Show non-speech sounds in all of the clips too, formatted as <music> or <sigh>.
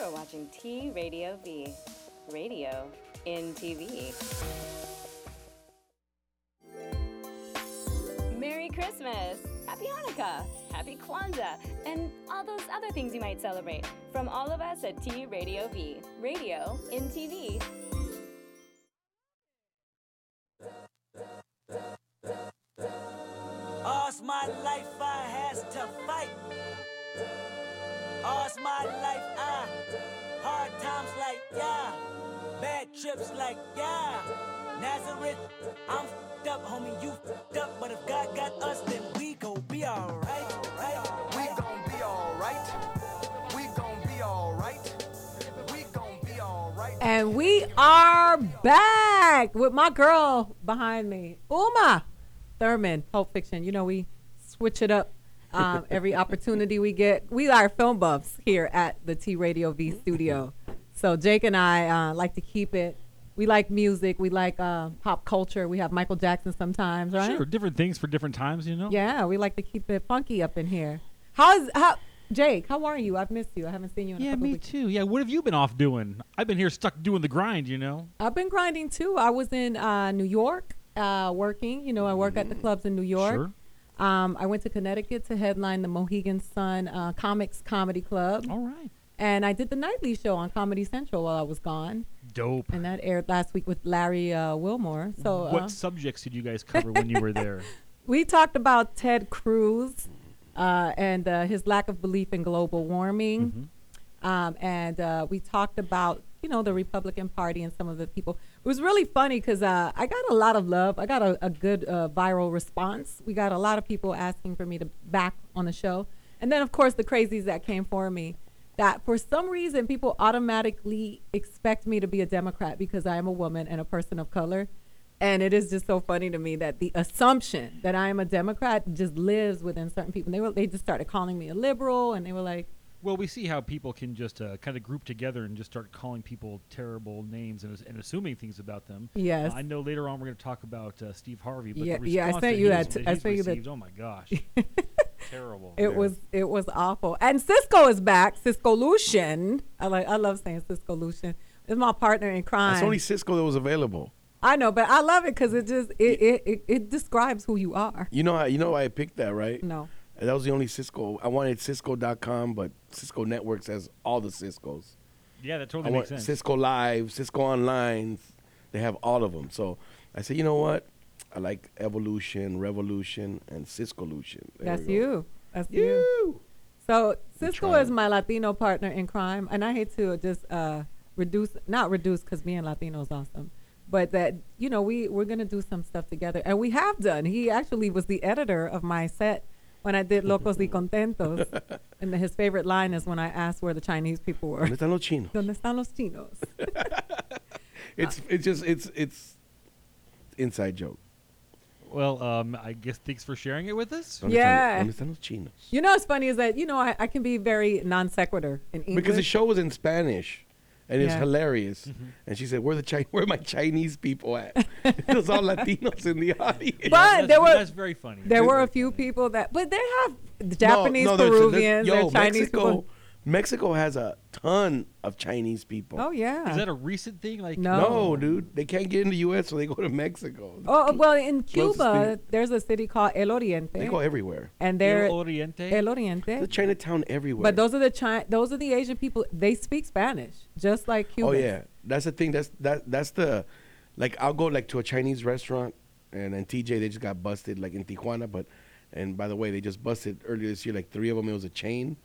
are watching T Radio V, radio in TV. Merry Christmas, Happy Hanukkah, Happy Kwanzaa, and all those other things you might celebrate from all of us at T Radio V, radio in TV. All's my life I has to fight. All's my life I hard times like yeah, bad trips like yeah. Nazareth, I'm fed up, homie, you fed up, but if God got us, then we gon' be alright. Right, We gon' be alright. We gon' be alright. We gon' be alright. And we are back with my girl behind me, Uma Thurman, Pulp Fiction. You know, we switch it up um, <laughs> every opportunity we get. We are film buffs here at the T Radio V studio. So Jake and I uh, like to keep it. We like music. We like uh, pop culture. We have Michael Jackson sometimes, right? Sure, different things for different times, you know. Yeah, we like to keep it funky up in here. How is how Jake? How are you? I've missed you. I haven't seen you in a Yeah, couple me weeks. too. Yeah, what have you been off doing? I've been here stuck doing the grind, you know. I've been grinding too. I was in uh, New York uh, working. You know, I work at the clubs in New York. Sure. Um, I went to Connecticut to headline the Mohegan Sun uh, Comics Comedy Club. All right. And I did the nightly show on Comedy Central while I was gone. Dope. And that aired last week with Larry uh, Wilmore. So uh, what subjects did you guys cover when you <laughs> were there? we talked about Ted Cruz uh, and uh, his lack of belief in global warming. Um, and uh, we talked about, you know, the Republican Party and some of the people. It was really funny because uh, I got a lot of love. I got a, a good uh, viral response. We got a lot of people asking for me to back on the show. And then, of course, the crazies that came for me that for some reason people automatically expect me to be a Democrat because I am a woman and a person of color. And it is just so funny to me that the assumption that I am a Democrat just lives within certain people. They were they just started calling me a liberal, and they were like, Well, we see how people can just uh, kind of group together and just start calling people terrible names and, and assuming things about them. Yes. Uh, I know later on we're going to talk about uh, Steve Harvey, but Yeah, the yeah, I response sent that you he that was- t- that I he's sent you that- received, oh my <laughs> gosh, terrible. it was it was awful. And Cisco is back. Cisco Lucian. I like I love saying Cisco Lucian. It's my partner in crime. That's only Cisco that was available. I know, but I love it because it just it, it, it, it describes who you are. You know, how, you know why I picked that, right? No. That was the only Cisco. I wanted Cisco.com, but Cisco Networks has all the Ciscos. Yeah, that I totally makes want sense. Cisco Live, Cisco Online. They have all of them. So I said, you know what? I like Evolution, Revolution, and Ciscolution. There That's we go. you. That's you. So Cisco trying. is my Latino partner in crime, and I hate to just uh, reduce, not reduce, because being Latino is awesome, but that you know we we're gonna do some stuff together, and we have done. He actually was the editor of my set when I did Locos <laughs> y Contentos, and his favorite line is when I asked where the Chinese people were. <laughs> ¿Dónde están los chinos? ¿Dónde están los chinos? It's it's just it's it's inside joke. Well, um, I guess thanks for sharing it with us. ¿Dónde están- Yeah. ¿Dónde están los chinos? You know what's funny is that you know I, I can be very non sequitur in English. Because the show was in Spanish, and it's Yeah. hilarious. And she said, "Where the Chi- <laughs> where are my Chinese people at?" <laughs> it was all Latinos in the <laughs> audience. But that's, there were- that's very funny. there were a few people that, but they have Japanese, there's- there's- Peruvians, yo, there's Chinese Mexico, people. Mexico has a ton of Chinese people. Oh yeah. Is that a recent thing? Like No. No, dude, they can't get in the U.S., so they go to Mexico. Oh, well, in Closest Cuba, thing. there's a city called El Oriente, They go everywhere. and they're El Oriente. El The Oriente. Chinatown everywhere. But those are the Chi- those are the Asian people. They speak Spanish, just like Oh Cubans. yeah, that's the thing. That's that. That's the, like I'll go like to a Chinese restaurant, and then TJ they just got busted like in Tijuana, but, and by the way they just busted earlier this year like three of them. It was a chain,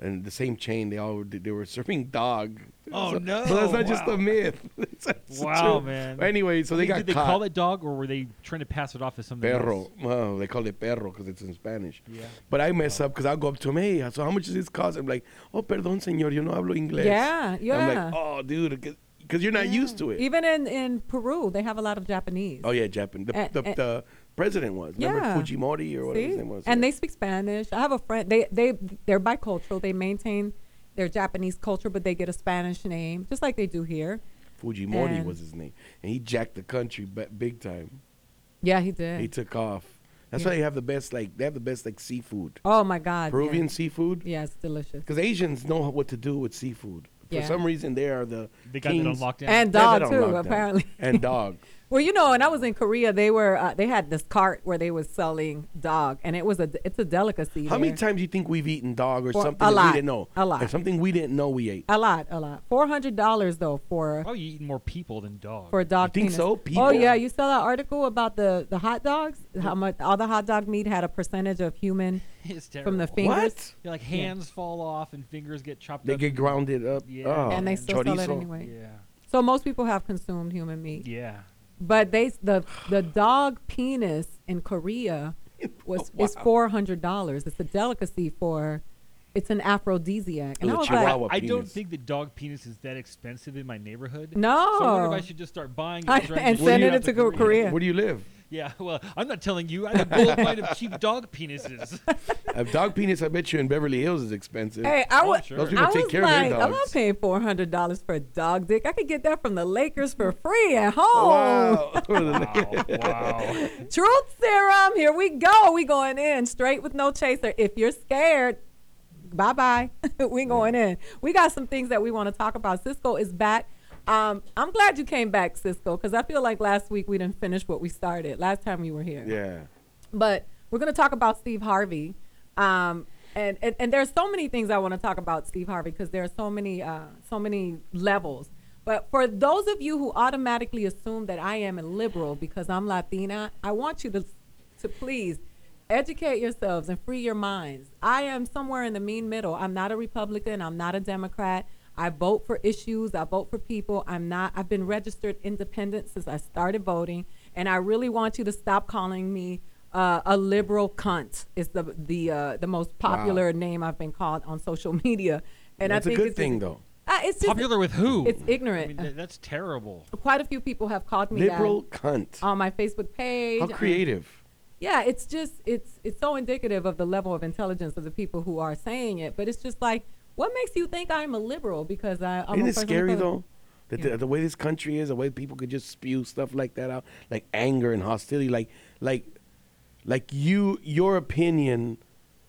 and the same chain they all they were <laughs> serving dog. Oh, so, no. So that's not just a Wow. myth. <laughs> It's- it's Wow, true. man. Anyway, so they got Did they caught. call it dog, or were they trying to pass it off as something? Perro. else? Oh, they call it perro because it's in Spanish. Yeah. But I mess up because I'll go up to him, hey, so how much does this cost? I'm like, oh, perdón, señor, yo no hablo inglés. Yeah, yeah. I'm like, oh, dude, because you're not used to it. Even in in Peru, they have a lot of Japanese. Oh yeah, Japan. The, Eh, the, eh. the president was. Remember Yeah. Fujimori or whatever See? his name was. and yeah. they speak Spanish. I have a friend. They they they're bicultural. They maintain their Japanese culture, but they get a Spanish name, just like they do here. Fujimori and- was his name, and he jacked the country ba- big time. Yeah, he did. He took off. That's Yeah. why they have the best like they have the best like seafood, oh my God. yeah. Peruvian seafood. Yeah, it's delicious. Because Asians know what to do with seafood. Yeah. For some reason, they are the They got it on kings- lockdown. And Yeah, dog they're on too, lockdown. apparently. <laughs> And dog. Well, you know, and I was in Korea. They were uh, they had this cart where they was selling dog, and it was a it's a delicacy. How many there. times do you think we've eaten dog or Well, something a that we lot. didn't know? A lot. Or something we didn't know we ate. A lot, a lot. Four hundred dollars though for Probably eating more people than dogs. for a dog. think penis. so? Oh People? yeah, you saw that article about the the hot dogs. How much all the hot dog meat had a percentage of human <laughs> it's terrible. from the fingers, What? Yeah, like hands fall off and fingers get chopped They up. get grounded up. Yeah. Oh, and they still sell it chorizo. anyway. Yeah. So most people have consumed human meat, Yeah. but they s- the the dog penis in <laughs> Korea was is four hundred dollars. It's a delicacy for. It's an aphrodisiac, and Oh, I the was like, chihuahua. I don't penis. think the dog penis is that expensive in my neighborhood. No. So I wonder if I should just start buying it I- driving and it sending out it to Ko- Korea. Where do you live? Yeah, well, I'm not telling you. I have <laughs> a gold mine of cheap dog penises. A dog penis, I bet you in Beverly Hills is expensive. Hey, I Oh, would. sure. Those people I take was care like, of their I'm not dogs. paying four hundred dollars for a dog dick. I could get that from the Lakers for free at home. Oh, oh. <laughs> Wow. wow. wow. Truth serum. Here we go. We going in straight with no chaser. If you're scared, bye bye. <laughs> we going in. We got some things that we want to talk about. Cisco is back. Um, I'm glad you came back, Cisco, because I feel like last week we didn't finish what we started last time you were here. yeah. But we're going to talk about Steve Harvey. Um, and, and, and there's so many things I want to talk about Steve Harvey because there are so many uh, so many levels. But for those of you who automatically assume that I am a liberal because I'm Latina, I want you to to please educate yourselves and free your minds. I am somewhere in the mean middle. I'm not a Republican. I'm not a Democrat. I vote for issues. I vote for people. I'm not. I've been registered independent since I started voting, and I really want you to stop calling me uh, a liberal cunt. Is the the uh, the most popular name I've been called on social <laughs> media, and That's I a think good it's thing, though. Uh, it's just Popular with who? it's I ignorant. mean, th- that's terrible. Quite a few people have called me Um, Liberal that cunt. on my Facebook page. How and- creative. yeah, it's just it's it's so indicative of the level of intelligence of the people who are saying it. But it's just like, what makes you think I'm a liberal because I, I'm Isn't a it person of scary color? though? That the, the way this country is, the way people could just spew stuff like that out, like anger and hostility, like like like you your opinion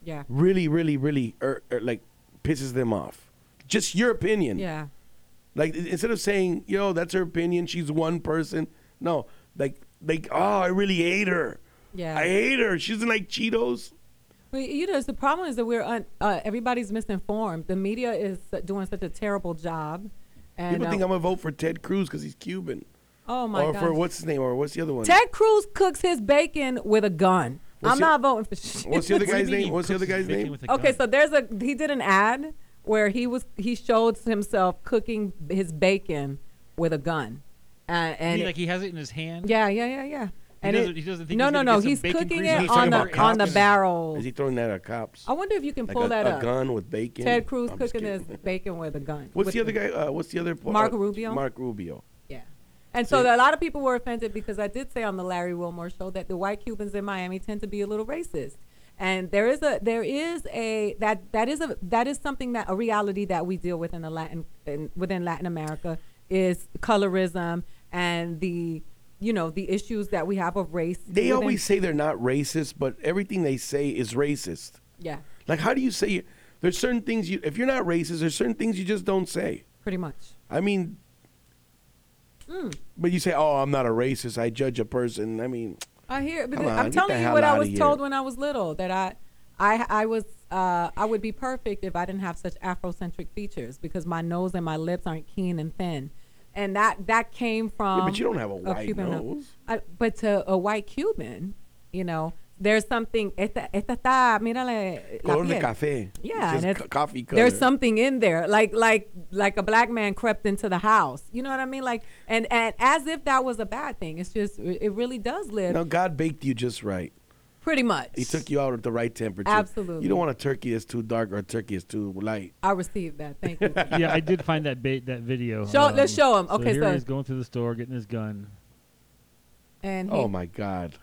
Yeah, really really really er, er, like pisses them off. Just your opinion. yeah, Like i- instead of saying, "Yo, that's her opinion. She's one person." No, like like oh, I really hate her. Yeah. I hate her. She doesn't like Cheetos. Well, you know, it's the problem is that we're un, uh, everybody's misinformed. The media is su- doing such a terrible job. And People uh, think I'm gonna vote for Ted Cruz because he's Cuban, oh my or god, for what's his name, or what's the other one? Ted Cruz cooks his bacon with a gun. What's I'm the- not voting for <laughs> shit. What's the What other do you guy's mean name? he What's the cooks other his guy's bacon name? with a Okay, gun? so there's a he did an ad where he was he showed himself cooking his bacon with a gun, uh, You and mean like he has it in his hand. yeah, yeah, yeah, yeah. And doesn't- he doesn't think no, he's no, gonna no. get some He's bacon cooking grease it He's on talking the about on the cops. barrel. Is he throwing that at cops? I wonder if you can Like pull a, that a up. gun with bacon. Ted Cruz I'm just cooking his kidding. bacon with a gun. What's With the other guy? Uh, what's the other? po- Mark uh, Rubio? Mark Rubio. Yeah. And so See- a lot of people were offended because I did say on the Larry Wilmore show that the white Cubans in Miami tend to be a little racist. And there is a there is a that that is a that is something that a reality that we deal with in the Latin in, within Latin America is colorism and the you know the issues that we have of race. They within- always say they're not racist, but everything they say is racist. yeah, Like, how do you say? There's certain things you. If you're not racist, there's certain things you just don't say. pretty much. I mean, Hmm. but you say, "Oh, I'm not a racist. I judge a person." I mean, I hear, but Come I'm on, get the telling you hell what I outta was here. told when I was little that I, I, I was, uh, I would be perfect if I didn't have such Afrocentric features because my nose and my lips aren't keen and thin, and that that came from. but you don't have a white Cuban nose. I, but to a white Cuban, you know, there's something. Esta, esta está, mírale. la color de piel. café. Yeah, It's and just it's- co- coffee color. There's something in there, like like like a black man crept into the house. You know what I mean? Like, and and as if that was a bad thing. It's just it really does live No, God baked you just right. pretty much. He took you out at the right temperature. Absolutely. You don't want a turkey that's too dark or a turkey that's too light. I received that. Thank <laughs> you. yeah, I did find that bait that video. Um, Show- let's show 'em. Okay, so here so- he's going through the store getting his gun, And he, Oh my God.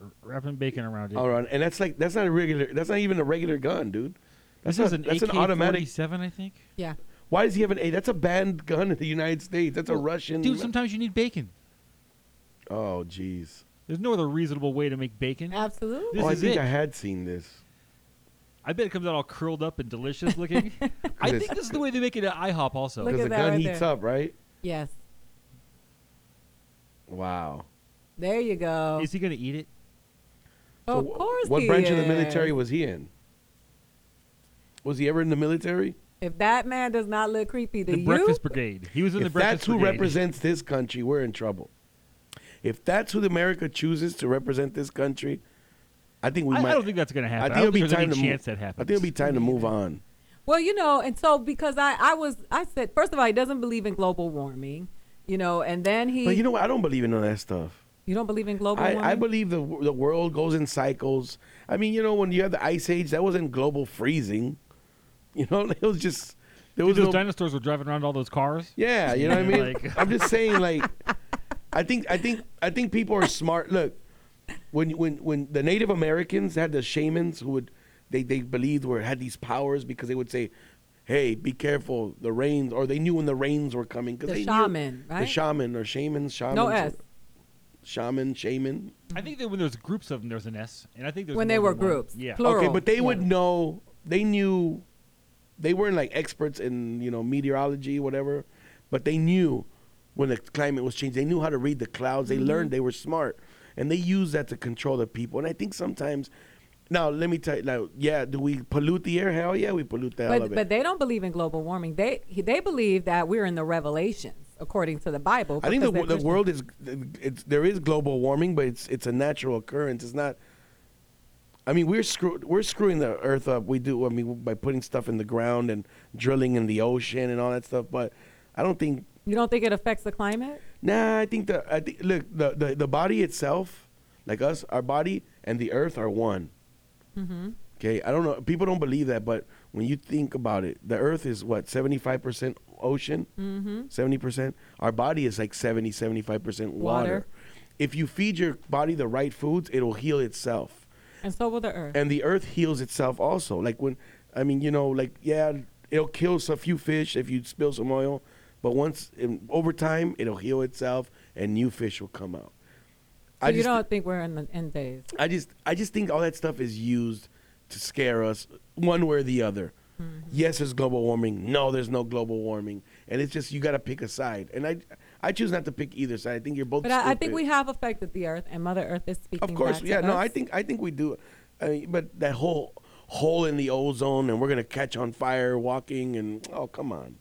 r- wrapping bacon around it. All right, and that's like that's not a regular. That's not even a regular gun, dude. That's This is not- an that's AK-47, an automatic. I think. yeah. Why does he have an A? That's a banned gun in the United States. That's a Russian. Dude, sometimes you need bacon. oh, jeez. Uh, There's no other reasonable way to make bacon. Absolutely. This Oh, I is think it. I had seen this. I bet it comes out all curled up and delicious <laughs> looking. I it's- think this is the way they make it at IHOP also. Look Because at the that gun right heats there. up, right? Yes. Wow. There you go. Is he going to eat it? of wh- course. What he branch of the military is. was he in? Was he ever in the military? If that man does not look creepy to the you, Breakfast Brigade. He was in the If Breakfast that's who Brigade. represents this country, we're in trouble. If that's who America chooses to represent this country, I think we I, I might. don't think that's going to I happen. think it'll be there's time any to chance move. that happens. I think it'll be time to move on. Well, you know, and so because I, I was, I said, first of all, he doesn't believe in global warming, you know, and then he, But you know what? I don't believe in all that stuff. you don't believe in global warming? I, I believe the the world goes in cycles. I mean, you know, when you had the ice age, that wasn't global freezing. You know, <laughs> it was just there Dude, was those no, dinosaurs were driving around all those cars. Yeah, you know what I mean. Like- I'm just saying, like, I think, I think, I think people are smart. Look, when when when the Native Americans had the shamans who would they they believed were had these powers because they would say, "Hey, be careful, the rains," or they knew when the rains were coming because The they shaman, knew, the right? shaman or shamans, shaman, no S. shaman, shaman. I think that when there's groups of them, there's an S, and I think there's When they more were than one. groups, Yeah. plural. Okay, but they would yeah. know. They knew. They weren't like experts in you know meteorology, whatever, but they knew when the climate was changing. They knew how to read the clouds. They Mm-hmm. learned. They were smart, and they used that to control the people. And I think sometimes, now let me tell you, now yeah, do we pollute the air? Hell yeah, we pollute the hell of But, it. but they don't believe in global warming. They, he- they believe that we're in the revelations according to the Bible. I think the, because wo- the they're world is it's, there is global warming, but it's it's a natural occurrence. It's not. I mean, we're screw, we're screwing the earth up. We do. I mean, by putting stuff in the ground and drilling in the ocean and all that stuff. But I don't think. Christian. You don't think it affects the climate? Nah, I think the I think look the the, the body itself, like us, our body and the earth are one. Okay, I don't know. People don't believe that, but when you think about it, the Earth is what seventy five percent ocean, 70 percent. Our body is like 70, 75 percent Water. water. If you feed your body the right foods, it'll heal itself, And so will the earth. and the Earth heals itself also. Like when, I mean, you know, like yeah, it'll kill s- a few fish if you spill some oil, but once in, over time, it'll heal itself, and new fish will come out. so you just- don't think we're in the end days? I just I just think all that stuff is used to scare us one way or the other. Mm-hmm. Yes, there's global warming. No, there's no global warming, and it's just you got to pick a side. And I I choose not to pick either side. I think you're both. But I, I think stupid. we have affected the earth, and Mother Earth is speaking. Of course, back to yeah. No, us. I think I think we do. I mean, but that whole hole in the ozone, and we're gonna catch on fire walking, and oh come on.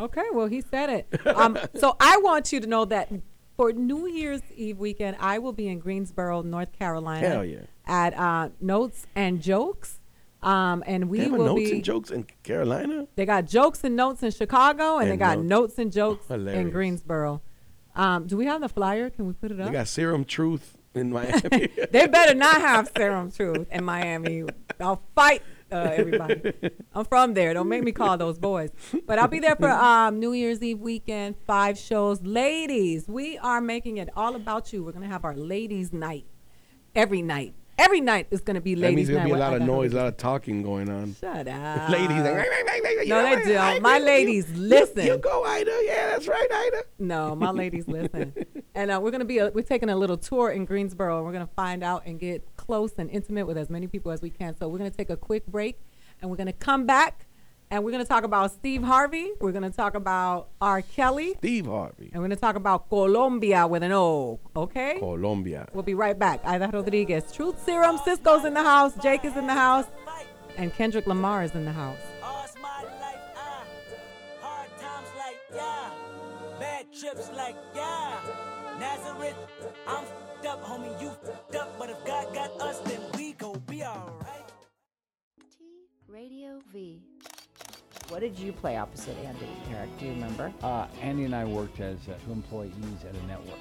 Okay, well, he said <laughs> it. Um, so I want you to know that for New Year's Eve weekend, I will be in Greensboro, North Carolina. Hell yeah. At uh, Notes and Jokes. Um, and we They have a will notes be. and jokes in Carolina. They got jokes and notes in Chicago, and, they And got notes. Oh, notes and jokes in Hilarious. Greensboro. Um, do we have the flyer? Can we put it up? They got Serum Truth in <laughs> Miami. They better not have serum truth in Miami. I'll fight uh, everybody. I'm from there. Don't make me call those boys. But I'll be there for um, New Year's Eve weekend, five shows. Ladies, we are making it all about you. We're gonna have our ladies' night every night. Every night is gonna be that ladies' means there'll night. be a where lot I of got no noise, ladies. a lot of talking going on. Shut up, ladies. Like, Ah. No, they do. My ladies, listen. You, go, Ida. Yeah, that's right, Ida. No, my ladies, listen. And uh, we're gonna be a, we're taking a little tour in Greensboro, and we're gonna find out and get close and intimate with as many people as we can. So we're gonna take a quick break, and we're gonna come back, and we're gonna talk about Steve Harvey. We're gonna talk about R. Kelly, Steve Harvey, and we're gonna talk about Colombia with an O. Okay. Colombia. We'll be right back. Ida Rodriguez, Truth Serum, Cisco's in the house, Jake is in the house, Fight. and Kendrick Lamar is in the house. All's my life, ah. Hard times like, yeah. Bad trips like, yeah. Nazareth, I'm fed up, homie, you fed up. But if God got us, then we gon' be alright. T Radio V. What did you play opposite Andy, Eric? Do you remember? Uh, Andy and I worked as uh, two employees at a network.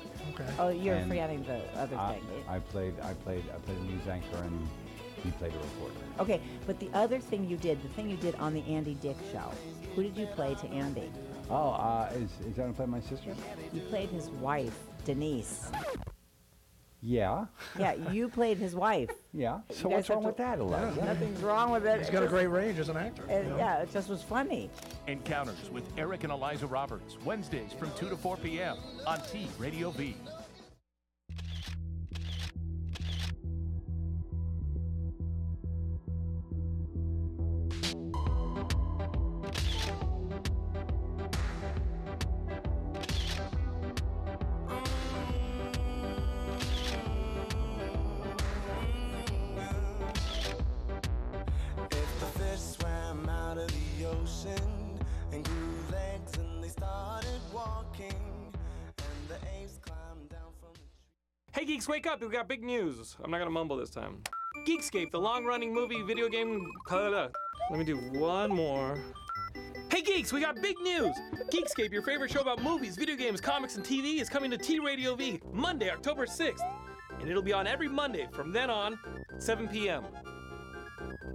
Oh, you're And forgetting the other I, thing. I played, I played, I played a news anchor, and he played a reporter. okay, but the other thing you did, the thing you did on the Andy Dick show, who did you play to Andy? Oh, uh, is is that when I played my sister? You played his wife, Denise. Yeah, Yeah, you played his wife. <laughs> yeah. So what's guys have wrong to- with that, Elijah? Nothing's wrong with it. He's It got a just- great range as an actor. it- yeah, it just was funny. Encounters with Eric and Eliza Roberts, Wednesdays from 2 to 4 p.m. on T Radio V. geeks, wake up! We've got big news. I'm not gonna mumble this time. Geekscape, the long-running movie video game. Let me do one more. Hey geeks, we got big news! Geekscape, your favorite show about movies, video games, comics, and TV, is coming to T Radio V Monday, October 6th. And it'll be on every Monday from then on, 7 p.m.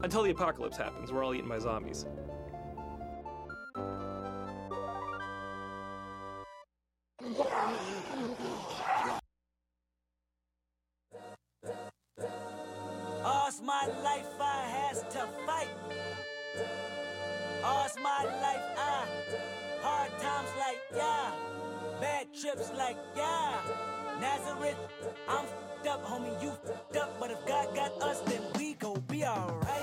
Until the apocalypse happens, we're all eaten by zombies. All's my life I has to fight. All's my life I hard times like yeah, bad trips like yeah. Nazareth, I'm fed up, homie, you fed up. But if God got us, then we gon' be alright.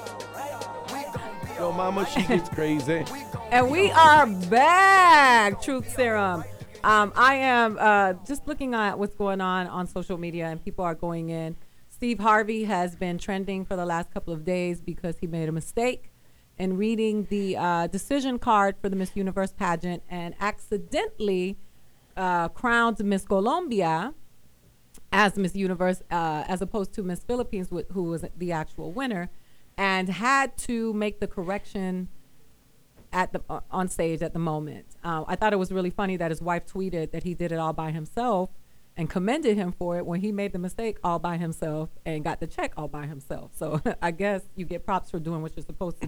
Yo, mama, she gets crazy. And we are back, Truth Serum. Um, I am uh, just looking at what's going on on social media, and people are going in. Steve Harvey has been trending for the last couple of days because he made a mistake in reading the uh, decision card for the Miss Universe pageant and accidentally uh, crowned Miss Colombia as Miss Universe, uh, as opposed to Miss Philippines, wh- who was the actual winner, and had to make the correction at the o- on stage at the moment. Uh, I thought it was really funny that his wife tweeted that he did it all by himself and commended him for it when he made the mistake all by himself and got the check all by himself. So <laughs> I guess you get props for doing what you're supposed to <laughs>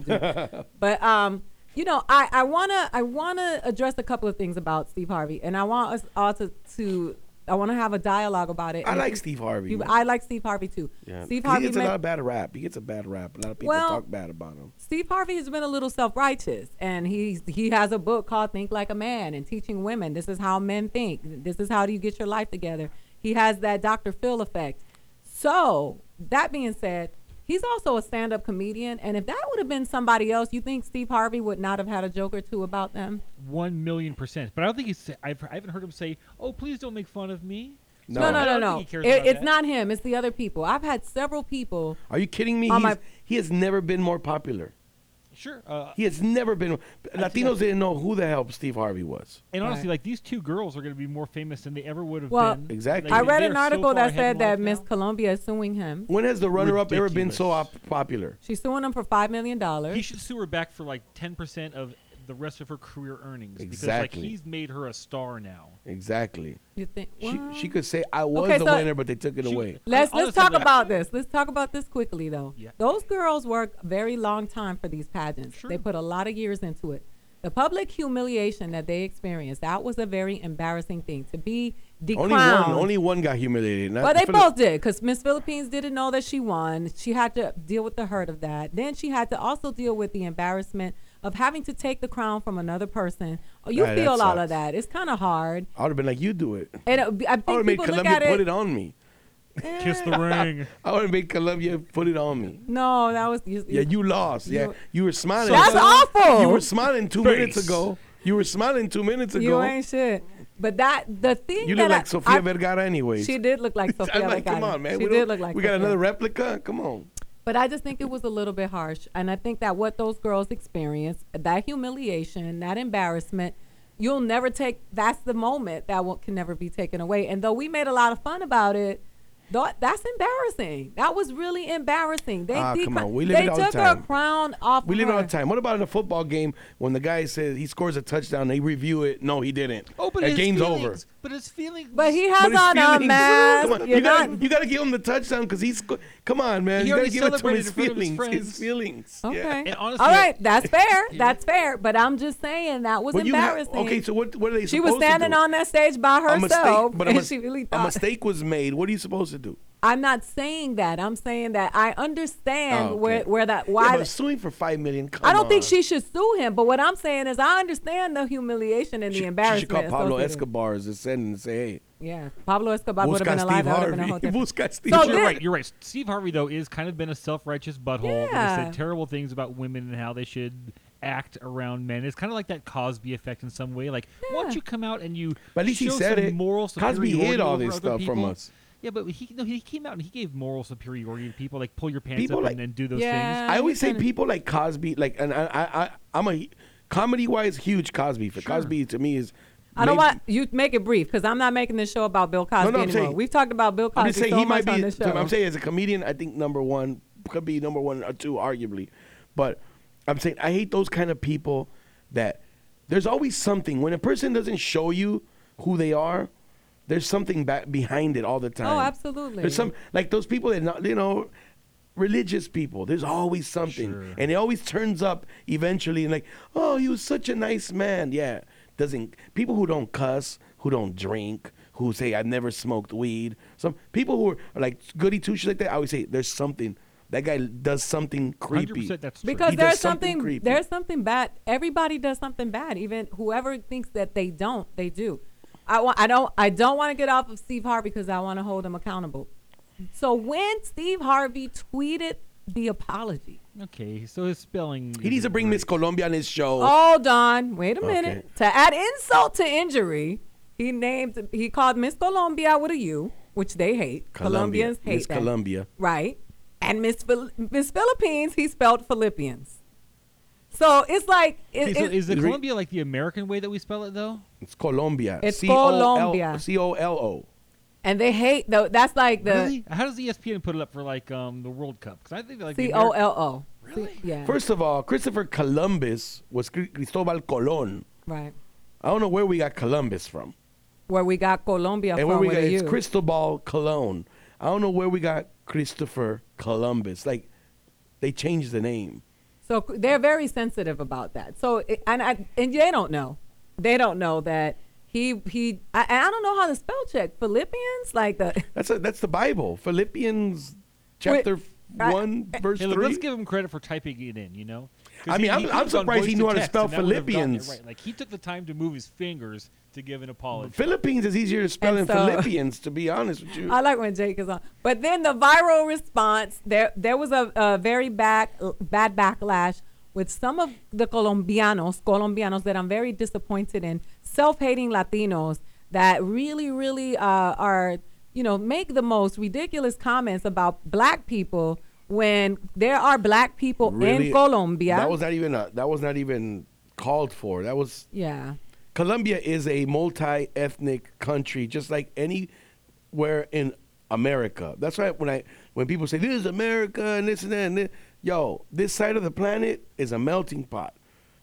do. but um, you know, I, I wanna I wanna address a couple of things about Steve Harvey, and I want us all to to I want to have a dialogue about it. I And like Steve Harvey. You- I like Steve Harvey too. Yeah. Steve 'Cause Harvey he gets ma- a lot of bad rap. He gets a bad rap. A lot of people Well- talk bad about him. Steve Harvey has been a little self-righteous, and he's he has a book called "Think Like a Man" and teaching women this is how men think. This is how do you get your life together. He has that Dr. Phil effect. So that being said, he's also a stand-up comedian, and if that would have been somebody else, you think Steve Harvey would not have had a joke or two about them? One million percent. But I don't think he's. I've, I haven't heard him say, "Oh, please don't make fun of me." So No, I no, no, don't no. think he cares It- about it's that. not him. It's the other people. I've had several people. Are you kidding me? On my- He's- he has never been more popular. Sure. Uh, He has never been. Latinos didn't know who the hell Steve Harvey was. and honestly, like these two girls are going to be more famous than they ever would have Well, been. Exactly. Like, I read they an are so article far that ahead in said that life Miss Colombia is suing him. When has the runner-up ever been so op- popular? She's suing him for five million dollars. He should sue her back for like ten percent of the rest of her career earnings because Exactly. like he's made her a star now. Exactly. You think? She, Well, she could say, "I was Okay, the so- winner, but they took it away." Let's I'll let's listen talk to that. about this. Let's talk about this quickly though. Yeah. Those girls work a very long time for these pageants. They put a lot of years into it. The public humiliation that they experienced, that was a very embarrassing thing to be decrowned. Only one, only one got humiliated. not Well, they Philip- both did because Miss Philippines didn't know that she won. She had to deal with the hurt of that. Then she had to also deal with the embarrassment of having to take the crown from another person. Oh, you Right, that feel all of sucks. that. It's kind of hard. I would have been like, "You do it." And it, I I would think have made people look Columbia at put it. it on me. Eh. Kiss the <laughs> ring. I would have made Columbia put it on me. No, that was you, Yeah, you lost. Yeah, you were smiling. That's awful. You were smiling two Face. minutes ago. You were smiling two minutes ago. You ain't shit. But that the thing You that look like I- Sofia I- Vergara, anyways. She did <laughs> look like Sofia I'm like, Vergara. come on, man. She we did don't- look like we got Sofia. another replica. Come on. But I just think it was a little bit harsh, and I think that what those girls experienced, that humiliation, that embarrassment, you'll never take. That's the moment that will, can never be taken away. And though we made a lot of fun about it. tho- that's embarrassing. That was really embarrassing. They, Ah, decro- come on. We live they it all the took time. her crown off. We live her. it all the time. What about in a football game when the guy says he scores a touchdown, they review it? No, he didn't. Oh, but that his game's feelings, over. But his feelings. But he has But his on a feelings- mask. Come on, You're you gotta, not- you gotta give him the touchdown because he's. sco- Come on, man. He you gotta already give it to him celebrated his in front of his feelings. friends. his feelings. Yeah. Okay. And honestly, All right, that's <laughs> fair. Yeah. That's fair. But I'm just saying that was But you ha- embarrassing. okay, so what? What are they? she was supposed to standing do? on that stage by A mistake- herself, but a and mis- she really a thought. mistake was made. What are you supposed to do? <laughs> I'm not saying that. I'm saying that I understand Oh, okay. where where that yeah, why. but suing for five million. I don't think come she on. should sue him. But what I'm saying is I understand the humiliation and the She should embarrassment. call Pablo associated. Escobar as descendant and say, "Hey, Yeah, Pablo Escobar would have busca been alive. Steve That would <laughs> have been a whole Harvey. different. Busca Steve So Harvey." You're then- right. You're right. Steve Harvey though is kind of been a self-righteous butthole. that Yeah. has said terrible things about women and how they should act around men. It's kind of like that Cosby effect in some way. Like, why don't you come out and you? But at least he show said some it. Moral Cosby hid superiority all over this other stuff from people? us. Yeah, but he no, he came out and he gave moral superiority to people, like pull your pants People up like- and then do those Yeah. things. Uh, I always he's say kinda- people like Cosby, like, and I, I, I I'm a comedy wise huge Cosby. For Cosby to me is I don't Maybe- want you make it brief because I'm not making this show about Bill Cosby I'm anymore. saying- We've talked about Bill I'm Cosby just saying so he much might be. on this show. I'm saying as a comedian, I think number one could be number one or two, arguably. But I'm saying I hate those kind of people that there's always something when a person doesn't show you who they are. There's something back behind it all the time. Oh, absolutely. There's some like those people that not, you know, religious people. There's always something, and it always turns up eventually. And like, oh, he was such a nice man. Yeah, doesn't people who don't cuss, who don't drink, who say I've never smoked weed. Some people who are like goody two shoes like that. I always say there's something. That guy does something creepy. 100% that's because He does there's something, there's something bad. Everybody does something bad. Even whoever thinks that they don't, they do. I want. I don't. I don't want to get off of Steve Harvey because I want to hold him accountable. So when Steve Harvey tweeted the apology, Okay, so his spelling. He needs to bring Miss Colombia on his show. Hold on, wait a Oh. Okay. minute. To add insult to injury, he named he called Miss Colombia with a U, which they hate. Colombia. Colombians hate Miss that. Colombia. right? And Miss Phil- Miss Philippines, he spelled Philippians. So it's like it, Okay, so it- is the Columbia like the American way that we spell it though? It's Colombia. It's C-O-L- Colombia. C-O-L-O. and they hate though. That's like the really? How does E ESPN put it up for like um the World Cup? Because I think like the C Ameri- O L O. Really? Yeah. First of all, Christopher Columbus was Cri- Cristobal Colon. right. I don't know where we got Columbus from. Where we got Colombia and from where we with got a it's U. Cristobal Colon. I don't know where we got Christopher Columbus. Like they changed the name. So c- they're very sensitive about that. So it- and I, and they don't know, they don't know that he he. I, and I don't know how to spell check Philippians like the. That's a, that's the Bible. Philippians chapter I- one verse Hey, look, three. let's give him credit for typing it in. You know, 'Cause I mean, I'm- I'm could've gone surprised he voice knew to how to text, spell and that would've gotten it Philippians. Right, like he took the time to move his fingers to give an apology. Philippines is easier to spell than And so- Philippians, to be honest with you. I like when Jake is on. But then the viral response there there was a, a very back bad backlash with some of the Colombianos, Colombianos that I'm very disappointed in, self-hating Latinos that really really uh, are you know make the most ridiculous comments about black people when there are black people in Colombia. That was not even a, that was not even called for. That was yeah. Colombia is a multi-ethnic country, just like anywhere in America. That's why when I when people say this is America and this and that, and this, yo, this side of the planet is a melting pot.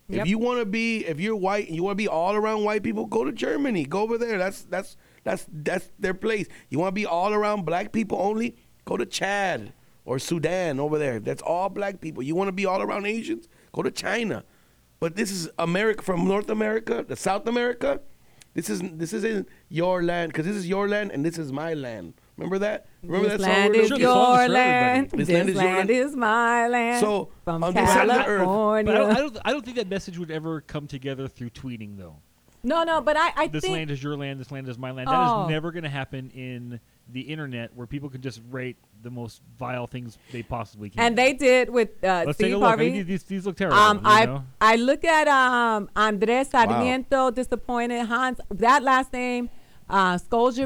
Yep. If you want to be, if you're white and you want to be all around white people, go to Germany. Go over there. That's that's that's that's their place. You want to be all around black people only? Go to Chad or Sudan over there. That's all black people. You want to be all around Asians? Go to China. But this is America from North America to South America. This isn't this isn't your land because this is your land and this is my land. Remember that? Remember this that land song? is your land. This, land is your land. is my land. So, from on this side of the earth- California. But I, don't, I don't. I don't think that message would ever come together through tweeting, though. no, no, but I, I this think land is your land. This land is my land. That is Oh. never going to happen in the internet, where people can just rate the most vile things they possibly can. And they did with uh, Let's Steve take a look. I Harvey. mean, these- these look terrible, Um, you I know? I look at um, Andres Sarmiento, disappointed. Hans, that last name, uh,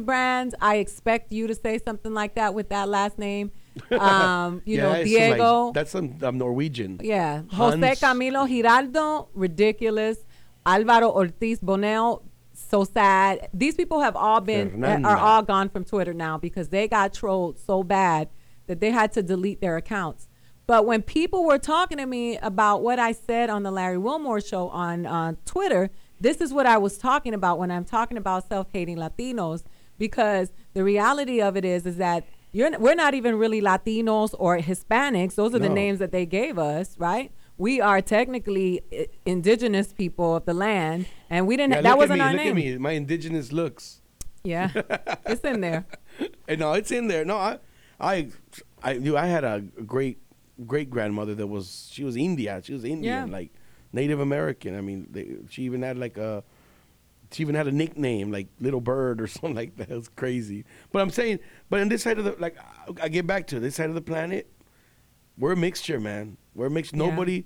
Brands. I expect you to say something like that with that last <laughs> name. Um, you Yeah, know, it's some, like, Diego. that's some um, Norwegian. Yeah. Hans- Jose Camilo Giraldo, ridiculous. Alvaro Ortiz Bonell, so sad. These people have all been uh, Fernanda. are all gone from Twitter now because they got trolled so bad that they had to delete their accounts. But when people were talking to me about what I said on the Larry Wilmore show on on Twitter, this is what I was talking about when I'm talking about self-hating Latinos because the reality of it is is that you're, n- we're not even really Latinos or Hispanics. Those are the names No. names that they gave us, right? We are technically i- indigenous people of the land, and we didn't. Yeah, that look wasn't at me, our look name. at me, my indigenous looks. <laughs> Yeah, it's in there. And <laughs> no, it's in there. No, I, I, I knew I had a great great grandmother that was she was India. She was Indian, Yeah. like Native American. I mean, they, she even had like a she even had a nickname like Little Bird or <laughs> something like that. It was crazy. But I'm saying, but on this side of the like, I- I get back to this side of the planet. We're a mixture, man. We're a mixture. Yeah. Nobody.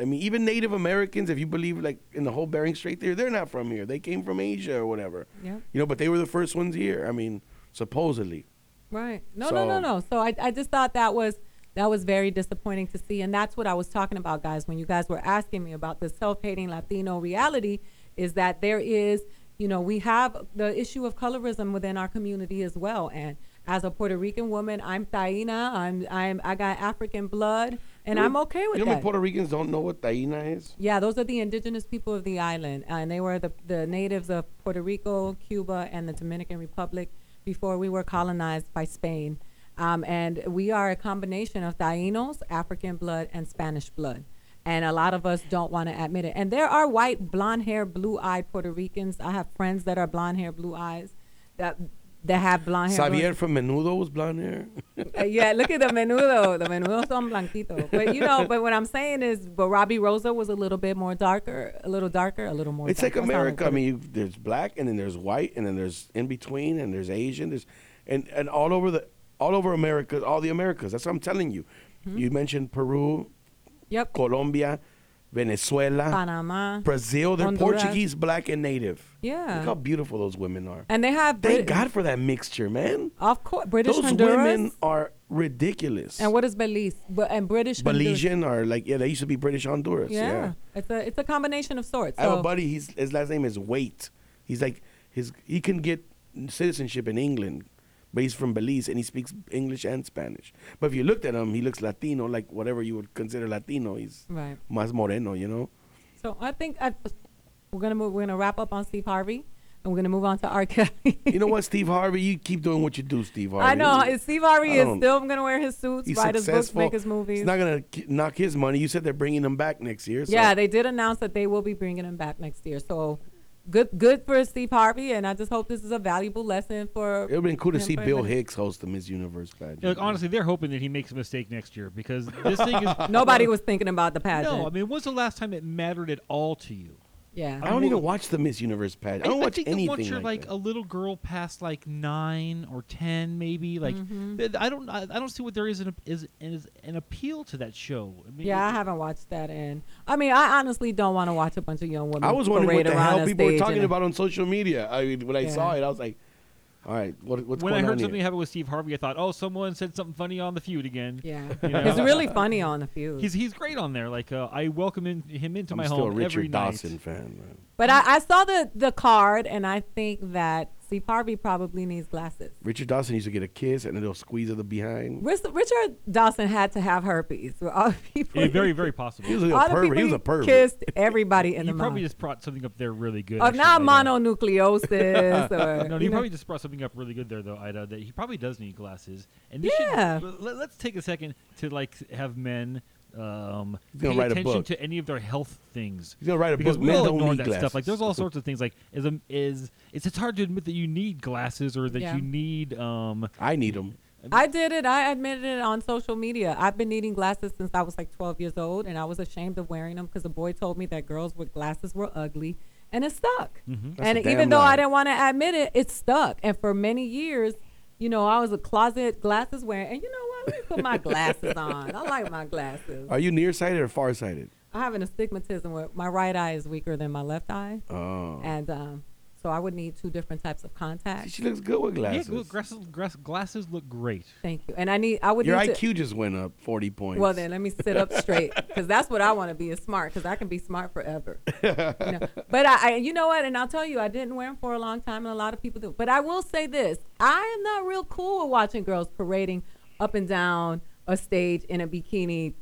I mean, even Native Americans, if you believe like in the whole Bering Strait theory, they're not from here. They came from Asia or whatever. Yep. You know, but they were the first ones here. I mean, supposedly. Right. No, no, no, So- no. So I, I just thought that was that was very disappointing to see, and that's what I was talking about, guys. When you guys were asking me about the self-hating Latino reality, is that there is you know, we have the issue of colorism within our community as well. And as a Puerto Rican woman, I'm Taina. I'm I'm I got African blood, and I'm okay with you know, that. You Puerto Ricans don't know what taína is? Yeah, those are the indigenous people of the island, uh, and they were the, the natives of Puerto Rico, Cuba, and the Dominican Republic before we were colonized by Spain. Um, and we are a combination of Tainos, African blood, and Spanish blood. And a lot of us don't want to admit it. And there are white, blonde hair, blue eyed Puerto Ricans. I have friends that are blonde hair, blue eyes that that have blonde hair. blue- Xavier from Menudo was blonde hair. uh, yeah, look at the menudo. The menudo son blanquito. But you know, but what I'm saying is, but Robbie Rosa was a little bit more darker, a little darker, a little more. <laughs> It's like dark. That's all I'm America. I saying. mean, you, there's black, and then there's white, and then there's in between, and there's Asian. There's and and all over the all over America, all the Americas. That's what I'm telling you. Mm-hmm. You mentioned Peru, yep, Colombia, Venezuela, Panama, Brazil. They're Honduras. Portuguese, black, and native. Yeah. Look how beautiful those women are. and they have Brit- Thank God for that mixture, man. Of course, British those Honduras. women are ridiculous. And what is Belize? But and British Honduras. Belizean are like yeah, they used to be British Honduras. Yeah. Yeah. it's a it's a combination of sorts. I have So- a buddy. He's his last name is Wait. He's like his he can get citizenship in England, but he's from Belize and he speaks English and Spanish. But if you looked at him, he looks Latino, like whatever you would consider Latino. He's Right. más moreno, you know. So I think I, we're gonna move. We're gonna wrap up on Steve Harvey, and we're gonna move on to R. Kelly. you know what, Steve Harvey? You keep doing what you do, Steve Harvey. <laughs> I know it's Steve Harvey I is don't- still gonna wear his suits, He's write his books, successful. make his movies. He's not gonna k- knock his money. You said they're bringing him back next year. So. Yeah, they did announce that they will be bringing him back next year. So good, good for Steve Harvey, and I just hope this is a valuable lesson for. It would have been cool to him see for Bill everybody. Hicks host the Miss Universe pageant. Yeah, like, honestly, they're hoping that he makes a mistake next year because this <laughs> thing is Nobody was thinking about the pageant. No, I mean, when's the last time it mattered at all to you? yeah, "Oh, I don't even watch the Miss Universe pageant. I don't watch think that anything. Once you're like like, a little girl past like nine or ten, maybe like Mhm. th- I don't I, I don't see what there is an is, is an appeal to that show. I mean, Yeah, I haven't watched that, and I mean, I honestly don't want to watch a bunch of young women. I was wondering what parade the around hell a people were stage talking and- about on social media. I mean, when I saw Yeah. it, I was like, "All right, what, what's when I going heard on something here?" happened with Steve Harvey, I thought, oh, someone said something funny on the feud again. <laughs> Yeah, You know? he's really funny on the feud. He's he's great on there. Like uh, I welcome in, him into I'm my still home a Richard every night. Dawson fan. Man. but I, I saw the the card, and I think that Steve Harvey probably needs glasses. Richard Dawson used to get a kiss and a little squeeze of the behind. Ris- Richard Dawson had to have herpes. <laughs> With all the people, Yeah, <laughs> very very <laughs> possible. He was a little all the pervert. people He was a pervert. kissed everybody <laughs> in He the probably mouth. just brought something up there really good. Oh, actually, not Ida. <laughs> mononucleosis or no, you you know. probably just brought something up really good there, though, Ida. That he probably does need glasses. And this Yeah. should, let, us take a second to like have men um, He's pay gonna write a attention book. to any of their health things. He's gonna write a because book, we "Men all Don't ignore Need that stuff. Glasses." Like there's all sorts of things. Like is a, is it's it's hard to admit that you need glasses or that Yeah. you need um. I need him. I did it. I admitted it on social media. I've been needing glasses since I was like 12 years old, and I was ashamed of wearing them because a boy told me that girls with glasses were ugly, and it stuck. Mhm. That's and a even damn though I lie. didn't want to admit it, it stuck. And for many years, you know, I was a closet glasses wearing. And you know what? Let me put my glasses on. I like my glasses. Are you nearsighted or farsighted? I have an astigmatism where my right eye is weaker than my left eye, Oh, and um, so I would need two different types of contacts. she looks good with glasses. Yeah, gl- glasses, glass- glasses look great. Thank you. And I need. I would Your need to- IQ just went up 40 points. Well, then let me sit up straight because that's what I want to be is smart because I can be smart forever. You <laughs> know? But I, I, you know what? And I'll tell you, I didn't wear them for a long time, and a lot of people do. But I will say this I am not real cool with watching girls parading up and down a stage in a bikini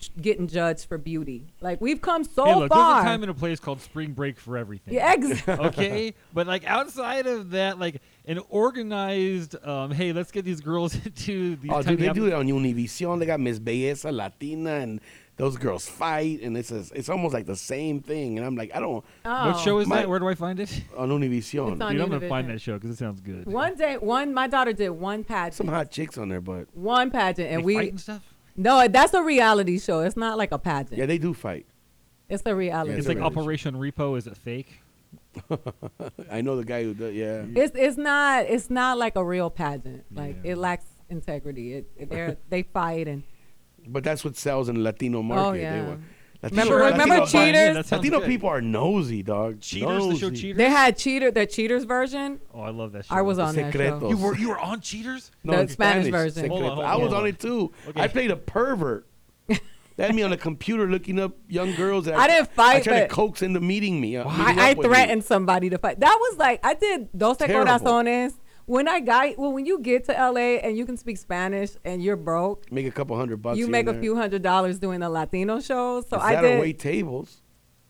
ch- getting judged for beauty. Like, we've come so hey, look, far. there's a time and a place called spring break for everything. Oh, Yeah, <laughs> <laughs> ex- okay, but like outside of that, like an organized, um, hey, let's get these girls <laughs> into these. Oh, tiny dude, they app- do that on Univision. They got Miss Belleza Latina, and those girls fight, and it's a, it's almost like the same thing. And I'm like, I don't. Oh. What show is My- that? Where do I find it? On Univision, It's on Dude, I'm gonna Univision. find that show because it sounds good. one day, one, my daughter did one pageant. some hot chicks on there, but One pageant, and They we. fight and stuff. No, that's a reality show. It's not like a pageant. yeah, they do fight. It's a reality. Yeah, It's it's like a reality Operation Repo. Is it fake? I know the guy who does. Yeah, It's it's not it's not like a real pageant. Like it lacks integrity. It, it- <laughs> they're, they fight and but that's what sells in the Latino market. Oh, yeah. They want. Latino, Remember- remember Latino- Cheaters? Yeah, that sounds Latino good. people are nosy, dog. Cheaters, the show Nosy. Cheaters. they had cheater the cheaters version. oh, I love that show. I was on that Secretos. show. You were you were on Cheaters? the in Spanish version. Secretos. Hold on, hold I on, was hold on on. it too. <laughs> Okay. I played a pervert. They had me on a computer looking up young girls. That I didn't fight, I tried to but- coax into meeting me. uh, meeting I, I up with me. threatened somebody to fight. That was like I did dos Terrible. corazones. When I got well, when you get to LA and you can speak Spanish and you're broke, Make a couple hundred bucks. you here make and a there. few hundred dollars doing the Latino shows. So If I that did. or wait tables.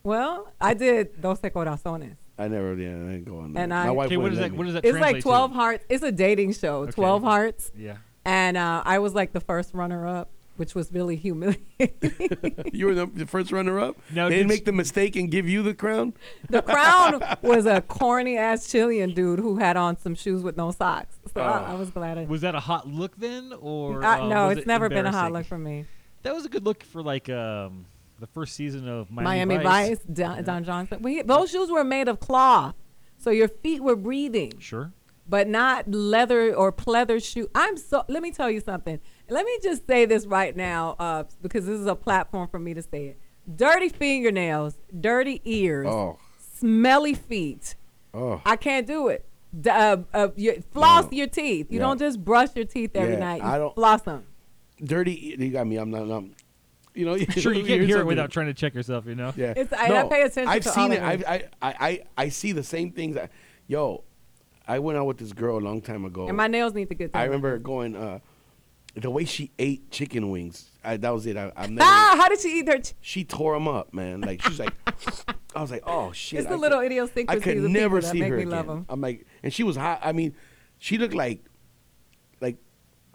Well, I did doce corazones. I never. Yeah, I didn't go on. That. And My I, wife wouldn't let me. <laughs> It's like twelve hearts. It's a dating show. Okay. Twelve hearts. Yeah. And uh, I was like the first runner up, which was really humiliating. <laughs> you were the, the first runner-up. Now, they didn't did make the mistake and give you the crown. The crown was a corny ass Chilean dude who had on some shoes with no socks. So I, I was glad I. Was that a hot look then, or I- uh, no, was it's it never been a hot embarrassing? look for me. That was a good look for like um, the first season of Miami, Miami, Vice, Don, Don Johnson. We, those shoes were made of cloth, so your feet were breathing. Sure. But not leather or pleather shoe. I'm so. Let me tell you something. Let me just say this right now, uh, because this is a platform for me to say it. Dirty fingernails, dirty ears, Oh. smelly feet. Oh. I can't do it. D- uh, uh, you, floss your teeth. You No. don't just brush your teeth every Yeah, night. You I don't- floss them. Dirty. You got me. I'm not. I'm, you know. <laughs> Sure, you hear can't hear it something. without trying to check yourself. You know. Yeah. It's- I- I pay attention I've to all seen of it. I've, it. I, I I I see the same things. I, yo, I went out with this girl a long time ago. And my nails need to get. Oh. <laughs> I done. remember going. uh The way she ate chicken wings. I, that was it. I, <laughs> I'm never. Ah, how did she eat her? Ch- She tore them up, man. Like <laughs> she's like, I was like, oh shit. It's I the little could- I idiosyncrasies could of people never that see make her me again. love 'em. I'm like, and she was hot. I mean, she looked like, like,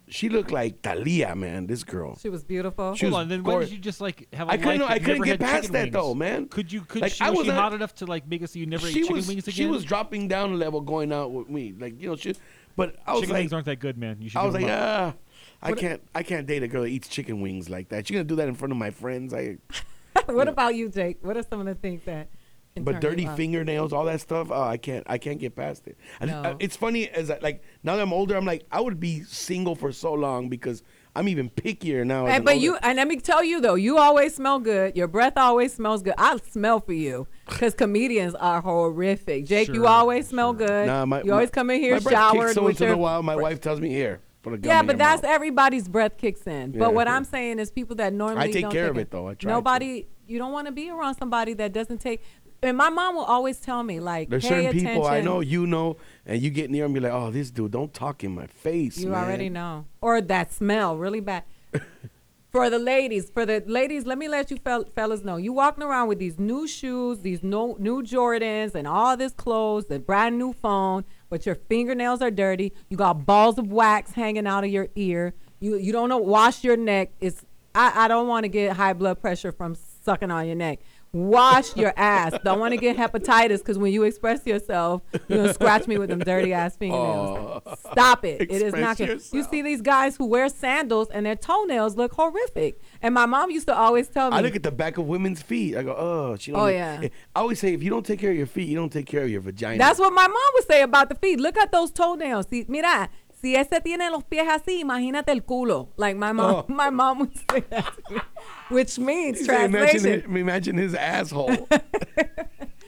she looked like Thalia, man. This girl. She was beautiful. She Hold was on, then why gorgeous. did you just like have a I couldn't. life that I couldn't never get had past chicken that wings? though, man. Could you? Could Like, she? I was she wasn't- hot enough to like make it so you never ate she chicken was. wings again? She was dropping down a level going out with me. Like you know, she. But I was chicken like, wings aren't that good, man. You should. I was give 'em like, up. ah, I What- can't. I can't date a girl that eats chicken wings like that. She's gonna do that in front of my friends. I. <laughs> what about you, Jake? What are some of the things that? can But turn dirty you off? fingernails, all that stuff. Oh, I can't. I can't get past it. I- No. I- it's funny as I, like now that I'm older, I'm like I would be single for so long because I'm even pickier now. as Hey, an Eh, but older- you uh, and let me tell you though, you always smell good. Your breath always smells good. I smell for <sighs> you because comedians are horrific. Jake, you Sure, always smell good. Nah, my, you always my- come in my here breath kicks showered So with once in your a while, my wife tells me here. Put a gum Yeah, in but your that's mouth." everybody's breath kicks in. Yeah. But what I'm saying is people that normally take don't care take of it, though. I try to. Nobody, you don't want to be around somebody that doesn't take. And my mom will always tell me like, There's pay certain attention. people I know, you know, and you get near me like, oh, this dude, don't talk in my face. You man." already know, or that smell really bad. for the ladies, for the ladies, let me let you fel- fellas know. You walking around with these new shoes, these no- new Jordans, and all this clothes, the brand new phone, but your fingernails are dirty. You got balls of wax hanging out of your ear. You you don't know wash your neck. It's I, I don't want to get high blood pressure from sucking on your neck. Wash your ass. Don't want to get hepatitis because when you express yourself, you're gonna scratch me with them dirty ass fingernails. Stop it. It is not Express good. You see these guys who wear sandals and their toenails look horrific. And my mom used to always tell me, I look at the back of women's feet. I go, oh, she don't. Oh, look-" yeah. I always say, if you don't take care of your feet, you don't take care of your vagina. <laughs> that's what my mom would say about the feet. Look at those toenails. See, mira, si ese tiene los pies así, imagínate el culo. Like my mom, <laughs> Oh. my mom would say that to me, which means She said, imagine, translation. his, imagine his asshole.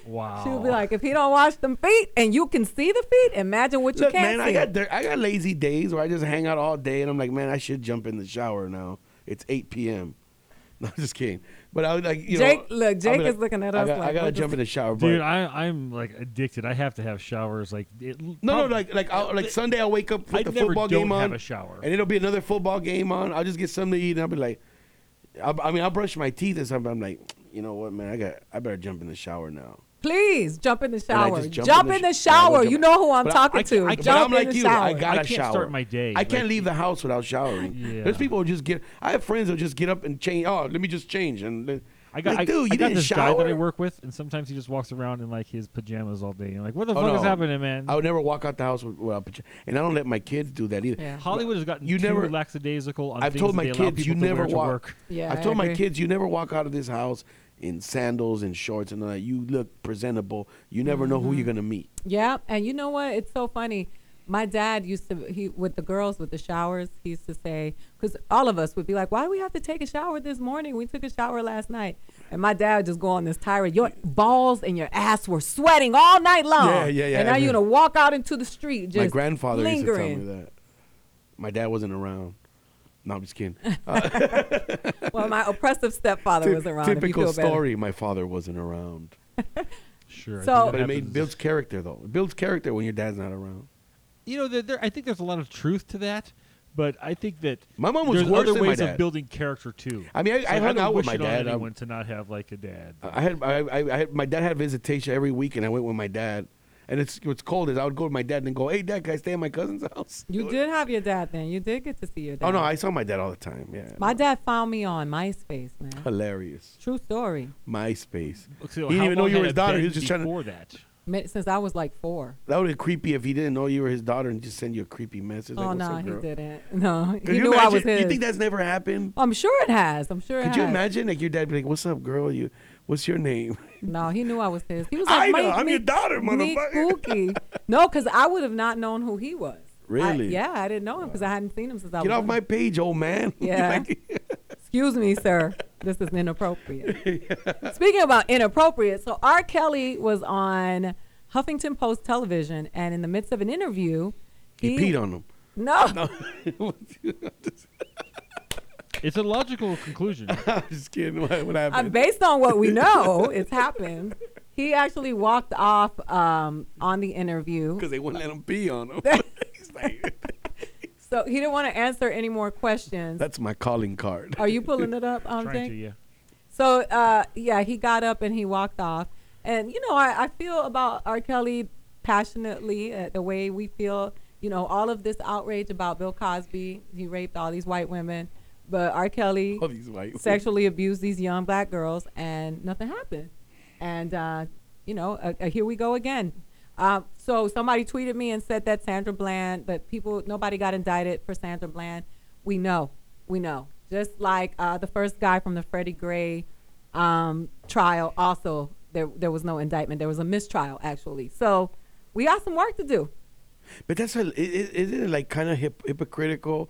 wow. She would be like, if he don't wash them feet and you can see the feet, imagine what you Look, can't man, see. I got dirt, I got lazy days where I just hang out all day, and I'm like, man, I should jump in the shower now. It's 8 p.m. <laughs> No, I'm just kidding. But I would like, you Jake- know, look, I'll be Jake is looking at I us got- like, I gotta what the jump in the shower, but Dude, I, I'm like addicted. I have to have showers. Like, it, no, no, no, like like I'll, like Sunday I'll wake up I with the never football don't game on, have a shower. and it'll be another football game on. I'll just get something to eat, and I'll be like, I'll, I mean, I'll brush my teeth or something. I'm like, you know what, man, I got, I better jump in the shower now. Please jump in the And I shower. just Jump, in sh- yeah, I the would shower. jump You in- know who I'm But I- talking I to. can't- but jump I'm in like the you. shower. I gotta I can't shower. start my day, I can't like- leave the house without showering. Yeah. There's people who just get. I have friends who just get up and change. Oh, let me just change and. then- I got, like, I, dude, you I got didn't this guy that I shower. work with, and sometimes he just walks around in like his pajamas all day. And like, what the Oh, fuck is no. happening, man? I would never walk out the house with- without pajamas, and I don't let my kids do that either. Yeah. Hollywood has gotten You too never- lackadaisical on I've things told that my they allow kids you people to never wear to walk. work. Yeah, I've I told my agree. kids you never walk out of this house in sandals and shorts and all that. You look presentable. You never know Mm-hmm. who you're gonna meet. Yeah, and you know what? It's so funny. My dad used to he with the girls with the showers. He used to say because all of us would be like, "Why do we have to take a shower this morning? We took a shower last night." And my dad would just go on this tirade. Your balls and your ass were sweating all night long. Yeah, yeah, yeah, And now every- you're gonna walk out into the street. Just my grandfather lingering. <laughs> used to tell me that. My dad wasn't around. No, I'm just kidding. Well, Well, my oppressive stepfather was around. if you Typical feel better. story. My father wasn't around. sure. I think So- that but it made happens. builds character though. It builds character when your dad's not around. You know, there, there, I think there's a lot of truth to that, but I think that My mom was there's worse other than my ways dad. of building character too. I mean, I- So I hung don't out wish with my it on dad. I'm- anyone to not have like a dad. I had I, I, I had my dad had visitation every week, and I went with my dad. And it's what's cold is I would go to my dad and go, "Hey, dad, can I stay at my cousin's house?" You did have your dad then. You did get to see your dad. Oh no, I saw my dad all the time. Yeah, My dad found me on MySpace, man. hilarious. True story. MySpace. So he how didn't even know long you had were his it daughter. been He was just trying to. before that. Me- Since I was like four. That would be creepy if he didn't know you were his daughter and just send you a creepy message. oh like, "What's no, up, he girl?" didn't. <laughs> No, Could he you knew I was imagine- his. you think that's never happened? I'm sure it has. I'm sure. it Could you has. imagine like your dad be like, "What's up, girl? You, what's your name?" <laughs> No, he knew I was his. He was I like, know, "Mike, I'm your Meek- daughter, Meek <laughs> Pookie." no, because I would have not known who he was. I- Really? yeah, I didn't know him because I hadn't seen him since I Get was. off my page, old man. <laughs> Yeah. <laughs> Excuse me, sir. This is <laughs> inappropriate. Speaking about inappropriate, so R. Kelly was on Huffington Post television, and in the midst of an interview, he peed on him. No. It's a logical <laughs> conclusion. <laughs> I'm just kidding. What, what Uh, happened? based on what we know, it's happened. He actually walked off um, on the interview. Because they wouldn't let him pee on <laughs> <laughs> him. So he didn't want to answer any more questions. <laughs> That's my calling card. Are you pulling it up? Um, Jake? yeah. So uh, yeah, he got up and he walked off. And you know, I, I feel about R. Kelly passionately uh, the way we feel. You know, all of this outrage about Bill Cosby. He raped all these white women, but R. Kelly <laughs> All these <laughs> white women. sexually abused these young black girls, and nothing happened. And uh, you know, uh, uh, here we go again. Uh, so somebody tweeted me and said that Sandra Bland, that people, nobody got indicted for Sandra Bland. We know, we know. Just like uh, the first guy from the Freddie Gray um, trial, also there there was no indictment. There was a mistrial actually. So we got some work to do. But that's a, i- i- isn't it like kind of hip, hypocritical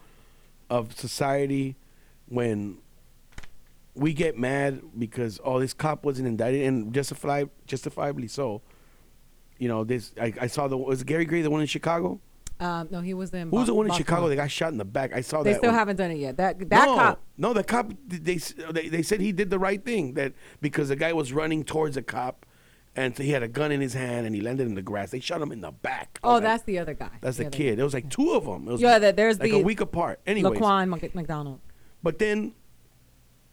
of society when we get mad because oh this cop wasn't indicted and justifiably justifiably so. You know this. I, I saw the was it Gary Gray the one in Chicago. Um, no, he was in. Who was Bo- the one in Baltimore. Chicago that got shot in the back? I saw They that. still one. haven't done it yet. That that no, cop. No, the cop. They, s- they they said he did the right thing that because the guy was running towards a cop, and so he had a gun in his hand and he landed in the grass. They shot him in the back. Oh, that's the other guy. That's the other kid. It was like two of them. It was Yeah, that there's like the a week apart. Anyways, Laquan Mc- McDonald. but then,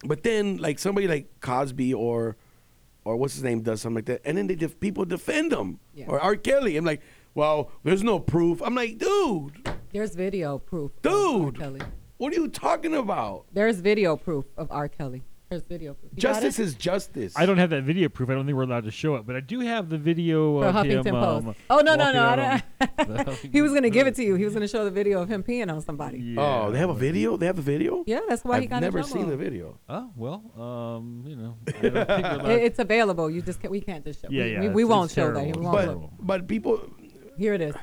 but then like somebody like Cosby or or what's his name does something like that, and then they def- people defend him Yeah. or R. Kelly. I'm like, well, there's no proof. I'm like, dude, There's video proof. of R. dude, Kelly. what are you talking about? There's video proof of R. Kelly. There's video proof. You got Justice it? is justice. I don't have that video proof. I don't think we're allowed to show it, but I do have the video For of Huffington him. Post. um, oh no no walking no! out I <laughs> on- don't- he was gonna give it to you. He was gonna show the video of him peeing on somebody. oh, they have a video. They have a video. Yeah, that's why I've he got in never trouble. seen the video. <laughs> Oh well, um, you know, <laughs> I don't think we're allowed- It- it's available. You just can't, we can't just show. Yeah, we, yeah, We, it's- we it's won't show that. terrible. We won't But look. but people, Here it is.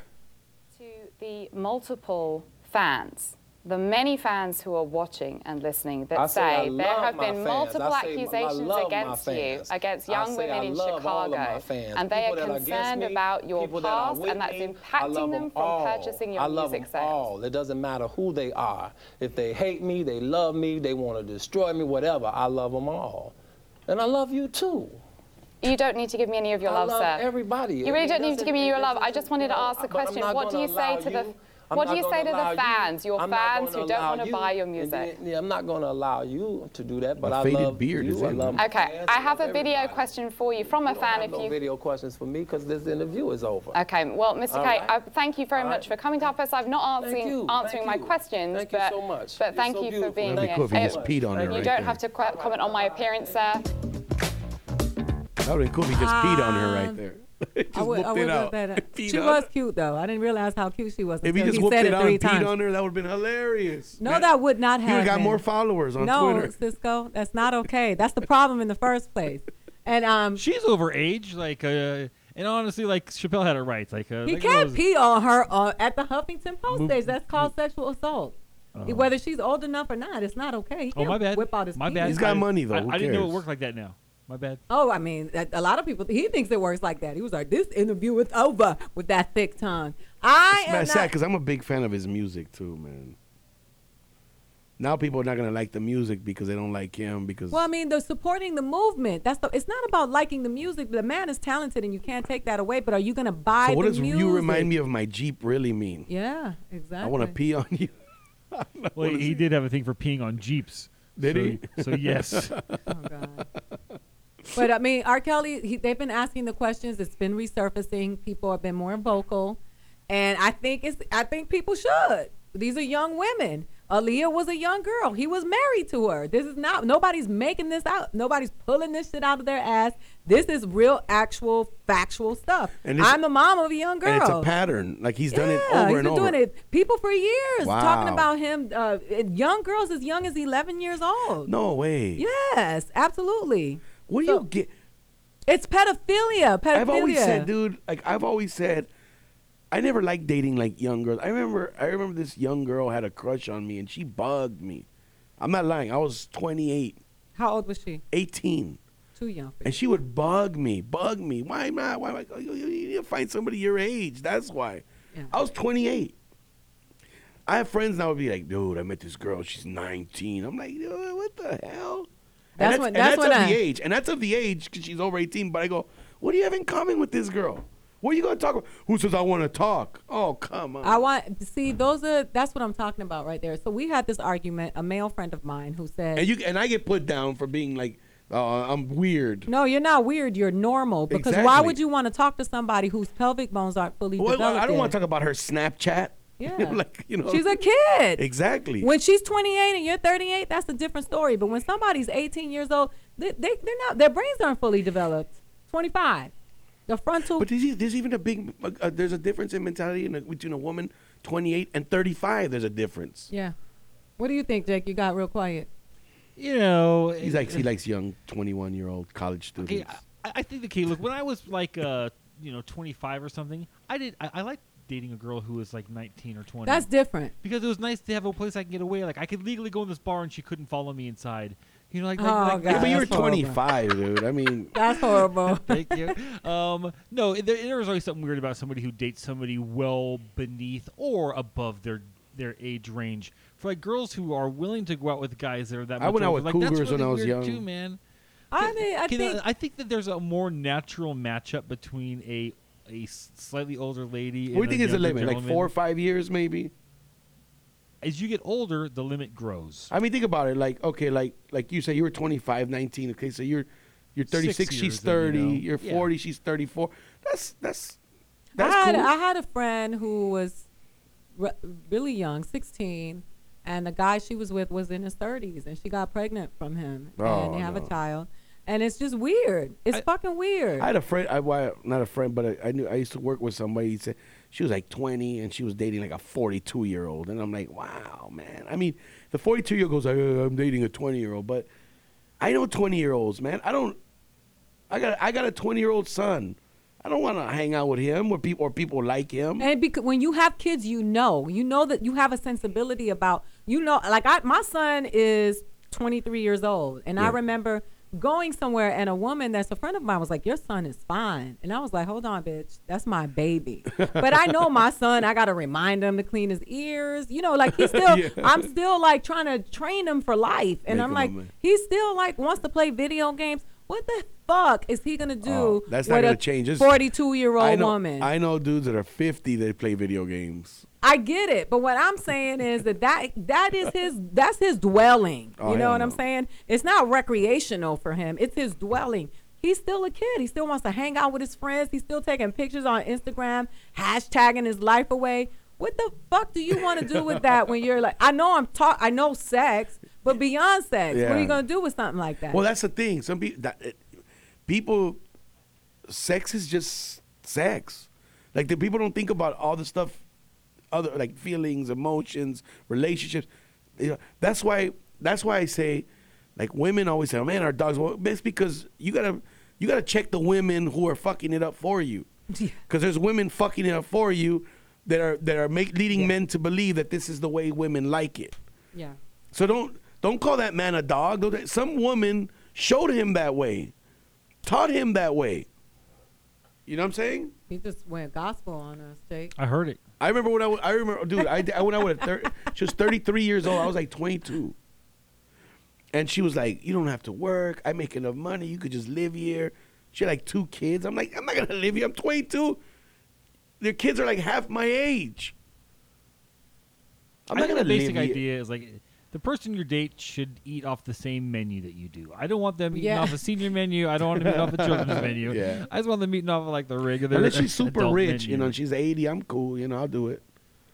to the multiple fans, the many fans who are watching and listening that I say, say I there love have my been fans. multiple I say my- I accusations love my against you, fans. against I young say women I in love all of my Chicago, fans. and they People are that are against concerned me, about your people that are past, with and that's me, I impacting love them from all. purchasing your I love music them sales. all. It doesn't matter who they are. If they hate me, they love me, they want to destroy me, whatever. I love them all, and I love you too. You don't need to give me any of your I love, love sir. everybody. You really It don't need to doesn't- give me your it love. I just wanted to doesn't- ask the but I'm question: not What do you gonna say allow to the you- I'm What do not you gonna say to allow the you- fans, your I'm not fans gonna who don't allow want to you- buy your and music? then- yeah, I'm not going to allow you to do that, but My I faded love beard you. is I in love Okay, I have a video question for you from a fan. If have no you video questions for me because this interview is over. Okay, well, Mr. All K, right. I thank you very much for coming to our first live, not Thank answering, you, answering thank my you. questions. Thank you but, so much. But You're thank so you for beautiful. being That'd be here. cool if he Uh, just peed on her You right don't there. have to qu- comment on my appearance, sir. that would have been cool if he just peed on her <laughs> right there. Um, I would, I whooped would it love out. <laughs> that. Peed She on was cute though. I didn't realize how cute she was If he until just he whooped said it it out three and peed times. on her, that would have been hilarious. No, that would not You happen. would've got more followers on no, Twitter. Cisco, that's not okay. That's the problem in the first place. And um, She's over age, like, uh, and honestly, like Chappelle had it right. Like, uh, he like can't those- pee on her uh, at the Huffington Post Move- stage. That's called sexual assault. Uh-huh. Oh. Whether she's old enough or not, it's not okay. He Oh, my can't bad. Whip out his my penis. bad. I- I, Who I didn't know it cares? worked like that. Now, my bad. Oh, I mean, a, a lot of people. He thinks it works like that. He was like, "This interview is over with that thick tongue." I It's mad am sad not. because I'm a big fan of his music too, man. now people are not gonna like the music because they don't like him because Well, I mean, they're supporting the movement. That's the. It's not about liking the music. The man is talented, and you can't take that away. But are you gonna buy so what the does music? you remind me of my Jeep really mean? Yeah, exactly. I want to pee on you. <laughs> Well, he, he did have a thing for peeing on Jeeps. Did so, he? So <laughs> yes. But I mean, R. Kelly, he, they've been asking the questions. It's been resurfacing. People have been more vocal, and I think it's. I think people should. These are young women. Aaliyah was a young girl. He was married to her. This is not. Nobody's making this out. Nobody's pulling this shit out of their ass. This is real, actual, factual stuff. And it's- I'm the mom of a young girl. And it's a pattern. Like he's done it Yeah, over he's and been over. doing it. People for years talking Wow. about him. Uh, young girls as young as 11 years old. No way. Yes, absolutely. What do you get? It's pedophilia. Pedophilia. I've always said, dude, like I've always said, I never liked dating like young girls. I remember, I remember this young girl had a crush on me, and she bugged me. I'm not lying. I was 28, How old was she? 18, Too young. and she would bug me, bug me. Why am I? Why am I? oh, You, you you need to find somebody your age. That's why. I was 28. I have friends now would be like, dude, I met this girl. She's 19. I'm like, dude, what the hell? That's and when- and that's when of I- the age, and that's of the age because she's over 18. But I go, what do you have in common with this girl? What are you gonna talk about? Who says I want to talk? Oh, come on. I want see those are that's what I'm talking about right there. So we had this argument. A male friend of mine who said, and you and I get put down for being like, oh, I'm weird. "No, you're not weird. You're normal." Because why Exactly. would you want to talk to somebody whose pelvic bones aren't fully Well, developed? I don't want yet? to talk about her Snapchat. <laughs> Yeah. like you know, She's a kid. Exactly. When she's 28 and you're 38, that's a different story. But when somebody's 18 years old, they, they they're not their brains aren't fully developed. 25, the frontal. But there's, e- there's even a big, uh, there's a difference in mentality in a, between a woman 28 and 35. There's a difference. Yeah. What do you think, Jake? You got real quiet. You know, He's like, he likes young 21 year old college students. Okay, I, I think the key. Look, when I was like, uh, you know, 25 or something, I did. I, I liked dating a girl who was like 19 or 20. That's different. because it was nice to have a place I can get away. Like I could legally go in this bar and she couldn't follow me inside. You know, like, like, Oh, like- yeah, but you were 25, dude. I mean, That's <laughs> horrible. Thank you. <laughs> Um, no, there, there is always something weird about somebody who dates somebody well beneath or above their their age range. For like girls who are willing to go out with guys that are that I much went out older, with like, cougars that's when I really was weird young. too, man. I mean, I You know, think I think that there's a more natural matchup between a a s- slightly older lady. What and do you think is the younger limit? Like gentleman. four or five years, maybe. As you get older, the limit grows. I mean, think about it. Like, okay, like like you say, you were 25, 19. Okay, so you're you're 36, years she's then, you 30. know. You are Yeah. 40, she's 34. That's that's that's I had, cool. I had a friend who was re- really young, 16, and the guy she was with was in his 30s, and she got pregnant from him, Oh, and they have no. a child. And it's just weird. It's fucking weird. I had a friend. I well, not a friend, but I, I knew I used to work with somebody. He said she was like 20 and she was dating like a 42 year old, and I'm like, wow, man. I mean, the 42 year old goes, like, "Uh, I'm dating a 20 year old, but I know 20 year olds, man. I don't. I got I got a 20 year old son. I don't want to hang out with him or people or people like him. and because when you have kids, you know, you know that you have a sensibility about, you know, like I, my son is 23 years old, and I Yeah. remember going somewhere and a woman that's a friend of mine was like, "Your son is fine," and I was like, "Hold on, bitch, that's my baby." but I know my son. I gotta remind him to clean his ears. You know, <laughs> like he's still. Yeah. I'm still like trying to train him for life, and Make I'm him a like, man. he still like wants to play video games. What the fuck is he gonna do? Oh, that's not with gonna a change. This- 42 year I old know, woman. I know dudes that are 50 that play video games. I get it, but what I'm saying is that that, that is his that's his dwelling. Oh, you know hell what I'm no. saying? It's not recreational for him. It's his dwelling. He's still a kid. He still wants to hang out with his friends. He's still taking pictures on Instagram, hashtagging his life away. What the fuck do you want to do with that when you're like I know I'm talk I know sex, but beyond sex, what are Yeah. you going to do with something like that? Well, that's the thing. Some people, that, it, people, sex is just sex. Like the people don't think about all the stuff, other like feelings, emotions, relationships. You know, that's why. That's why I say, like women always say, oh, "Man, our dogs." Well, it's because you gotta you gotta check the women who are fucking it up for you, because there's women fucking it up for you that are that are make, leading men to believe that this is the way women like it. yeah. So don't don't call that man a dog. Don't- Some woman showed him that way, taught him that way. You know what I'm saying? He just went gospel on us, Jake. I heard it. I remember when I was, I remember, dude, I, I when I was, thir- <laughs> she was 33 years old. I was like 22. And she was like, you don't have to work. I make enough money. You could just live here. She had like two kids. I'm like, I'm not going to live here. I'm 22. Their kids are like half my age. I'm I not think going to the live basic here. idea is like the person you date should eat off the same menu that you do. I don't want them eating Yeah. off a senior menu. I don't want them eating <laughs> off a children's menu. Yeah. I just want them eating off of like the regular. Unless she's <laughs> super adult rich, menu. you know, and she's 80. I'm cool. You know, I'll do it.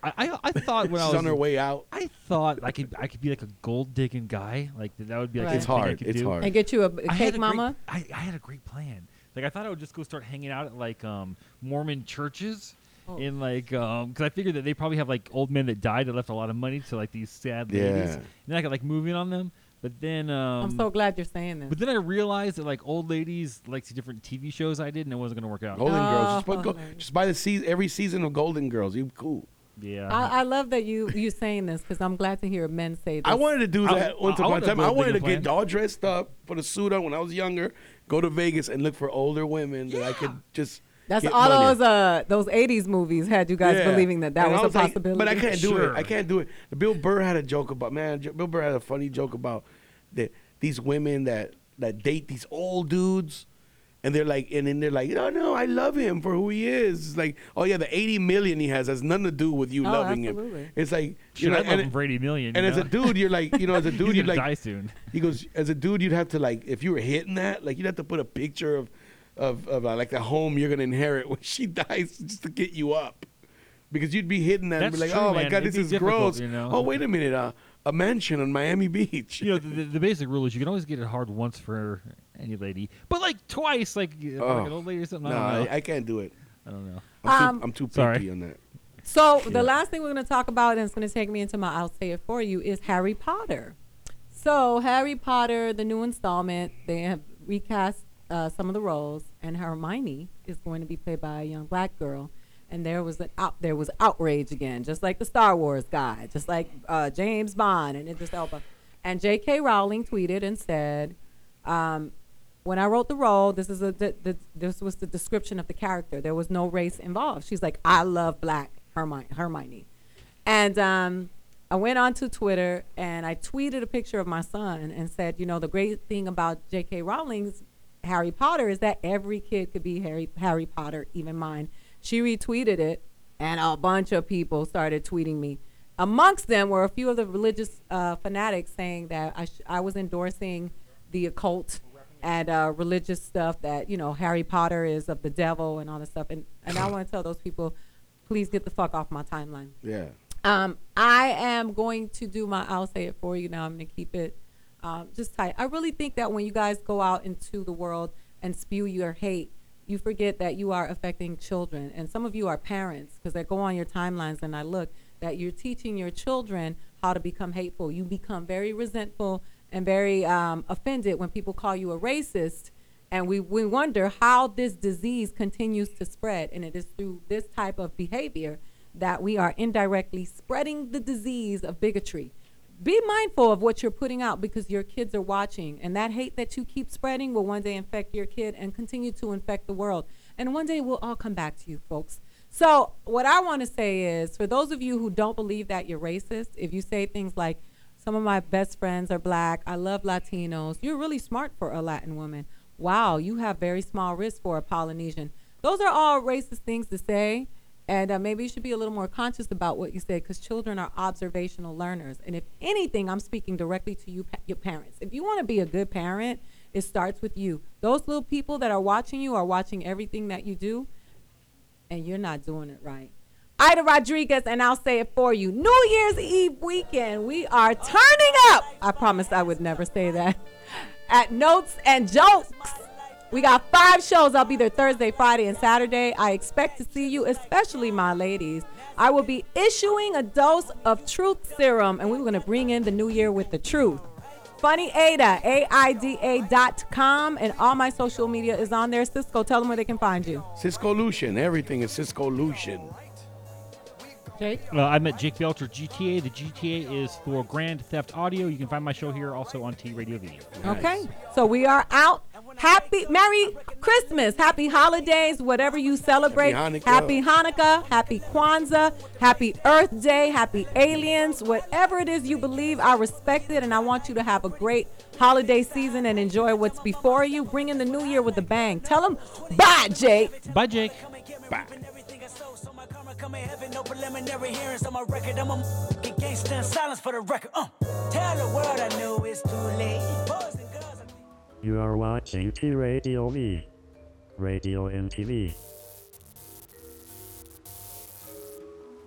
I, I, I thought when I She's was on her way out. I thought I could I could be like a gold digging guy. Like that would be like Right. It's something I hard. could It's do. hard. And get you a I had cake great- mama? I, I had a great plan. Like I thought I would just go start hanging out at like um, Mormon churches. Oh. In like, um, because I figured that they probably have like old men that died that left a lot of money to like these sad ladies, Yeah. and then I could like move in on them. But then, um, I'm so glad you're saying this. But then I realized that like old ladies liked the different TV shows I did, and it wasn't gonna work out. Golden Girls. Just, put go, just buy the season, every season of Golden Girls. You cool. Yeah. I, I love that you you saying this because I'm glad to hear men say this. I wanted to do that once upon a time. I wanted to get dogs. all dressed up, put a suit on when I was younger, go to Vegas and look for older women that I could just. <gasps> That's get all money. those uh those '80s movies had you guys Yeah. believing that that And was, I a like, possibility. but I can't do it. I can't do it. Bill Burr had a joke about man. J- Bill Burr had a funny joke about that these women that that date these old dudes, and they're like, and then they're like, no, no, I love him for who he is. It's like, oh yeah, the eighty million he has has nothing to do with you Oh, loving absolutely. him. It's like Should I like, love and him for 80 million? And you as a know? dude, you're like, you know, <laughs> as a dude, He's you're gonna like, die <laughs> soon. he goes, as a dude, you'd have to like, if you were hitting that, like, you'd have to put a picture of, of, of uh, like the home you're gonna inherit when she <laughs> dies, just to get you up, because you'd be hitting that and be That's like, true, oh my man. god, It'd this be is difficult, gross. you know? Oh wait a minute, uh, a mansion on Miami <laughs> Beach. You know, the, the, the basic rule is you can always get it hard once for any lady, but like twice, like, uh, for, like an Oh, old lady or something. nah, I don't know. I, I can't do it. I don't know. I'm Um, too, I'm too Sorry. picky on that. So Yeah. the last thing we're going to talk about, and it's going to take me into my I'll say it for you, is Harry Potter. So Harry Potter, the new installment, they have recast uh, some of the roles, and Hermione is going to be played by a young black girl. And there was an out, there was outrage again, just like the Star Wars guy, just like uh, James Bond and Idris Elba. And J.K. Rowling tweeted and said, um, when I wrote the role, this is a the, the, this was the description of the character. There was no race involved. She's like, I love black Hermione, Hermione. and um, I went onto Twitter and I tweeted a picture of my son and said, you know, the great thing about J.K. Rowling's Harry Potter is that every kid could be Harry Harry Potter, even mine. She retweeted it, and a bunch of people started tweeting me. Amongst them were a few of the religious uh, fanatics saying that I, sh- I was endorsing the occult and uh, religious stuff that you know Harry Potter is of the devil and all this stuff. And and I want to tell those people, please get the fuck off my timeline. Yeah. Um, I am going to do my. I'll say it for you now. I'm going to keep it um, just tight. I really think that when you guys go out into the world and spew your hate, you forget that you are affecting children, and some of you are parents because I go on your timelines and I look that you're teaching your children how to become hateful. You become very resentful and very um, offended when people call you a racist and we, we wonder how this disease continues to spread. And it is through this type of behavior that we are indirectly spreading the disease of bigotry. Be mindful of what you're putting out because your kids are watching, and that hate that you keep spreading will one day infect your kid and continue to infect the world. And one day we'll all come back to you, folks. So, what I want to say is for those of you who don't believe that you're racist, if you say things like, some of my best friends are black. I love Latinos. You're really smart for a Latin woman. Wow, you have very small risk for a Polynesian. Those are all racist things to say. And uh, maybe you should be a little more conscious about what you say because children are observational learners. And if anything, I'm speaking directly to you, pa- your parents. If you want to be a good parent, it starts with you. Those little people that are watching you are watching everything that you do, and you're not doing it right. Ida Rodriguez, and I'll say it for you. New Year's Eve weekend, we are turning up. I promised I would never say that. <laughs> At Notes and Jokes. We got five shows. I'll be there Thursday, Friday, and Saturday. I expect to see you, especially my ladies. I will be issuing a dose of truth serum, and we're going to bring in the new year with the truth. Funny Ada, A-I-D-A dot com, and all my social media is on there. Cisco, tell them where they can find you. Cisco Lucian. Everything is Cisco Lucian. Jake? Uh, I'm at Jake Belcher, GTA. The GTA is for Grand Theft Audio. You can find my show here also on T Radio V. Okay. So we are out. Happy Merry Christmas, Happy Holidays, whatever you celebrate. Happy Hanukkah. Happy Hanukkah, Happy Kwanzaa, Happy Earth Day, Happy Aliens, whatever it is you believe, I respect it, and I want you to have a great holiday season and enjoy what's before you. Bring in the new year with a bang. Tell them bye, Jake. Bye, Jake. Bye. heaven, no preliminary hearings on my record. I'm a fucking gangster in silence for the record. Uh, tell the world I knew it's too late. Boys and You are watching T Radio V. Radio and TV.